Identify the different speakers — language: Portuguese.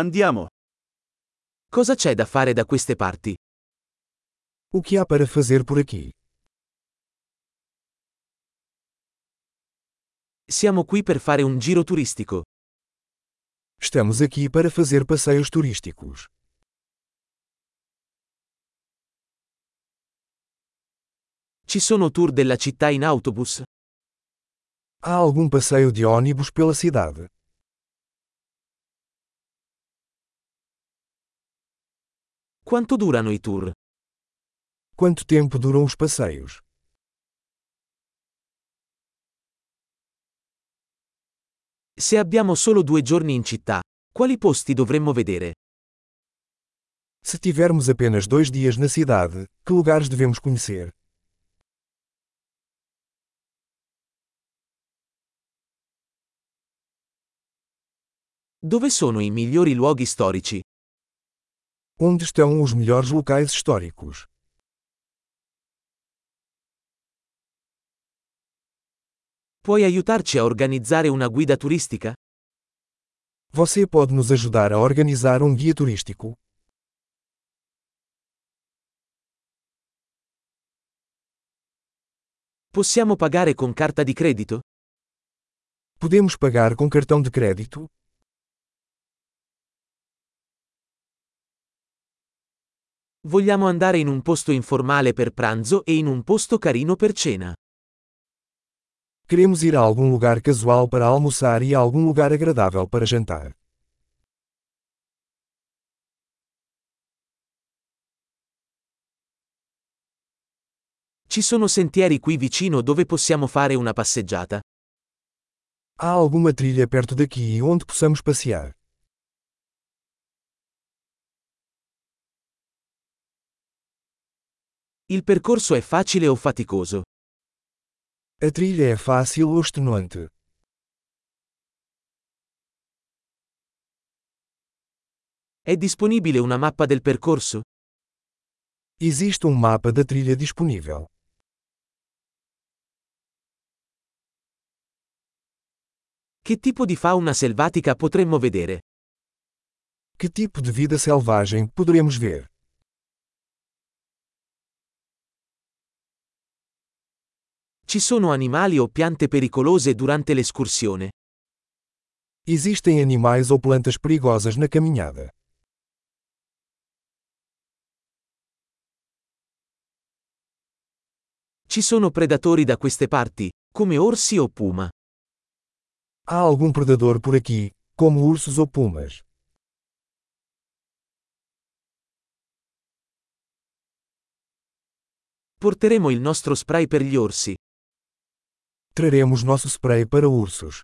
Speaker 1: Andiamo. Cosa c'è da fare da queste parti?
Speaker 2: O que há para fazer por aqui?
Speaker 1: Siamo qui per fare un giro turistico.
Speaker 2: Estamos aqui para fazer passeios turísticos.
Speaker 1: Ci sono tour della città in autobus?
Speaker 2: Há algum passeio de ônibus pela cidade?
Speaker 1: Quanto durano i tour?
Speaker 2: Quanto tempo duram os passeios?
Speaker 1: Se abbiamo solo due giorni in città, quali posti dovremmo vedere?
Speaker 2: Se tivermos apenas dois dias na cidade, que lugares devemos conhecer?
Speaker 1: Dove sono i migliori luoghi storici?
Speaker 2: Onde estão os melhores locais históricos?
Speaker 1: Puoi aiutarci a organizzare una guida turistica?
Speaker 2: Você pode nos ajudar a organizar um guia turístico?
Speaker 1: Possiamo pagare con carta di credito?
Speaker 2: Podemos pagar com cartão de crédito?
Speaker 1: Vogliamo andare in un posto informale per pranzo e in un posto carino per cena.
Speaker 2: Queremos ir a algum lugar casual para almoçar e a algum lugar agradável para jantar.
Speaker 1: Ci sono sentieri qui vicino dove possiamo fare una passeggiata?
Speaker 2: Há alguma trilha perto daqui onde possamos passear?
Speaker 1: Il percorso è facile o faticoso?
Speaker 2: A trilha é fácil ou extenuante?
Speaker 1: È disponibile una mappa del percorso?
Speaker 2: Existe um mapa da trilha disponível.
Speaker 1: Che tipo di fauna selvatica potremmo vedere?
Speaker 2: Que tipo de vida selvagem poderemos ver?
Speaker 1: Ci sono animali o piante pericolose durante l'escursione?
Speaker 2: Existem animais ou plantas perigosas na caminhada?
Speaker 1: Ci sono predatori da queste parti, come orsi o puma.
Speaker 2: Há algum predador por aqui, como ursos ou pumas?
Speaker 1: Porteremo il nostro spray per gli orsi.
Speaker 2: Traremos nosso spray para ursos.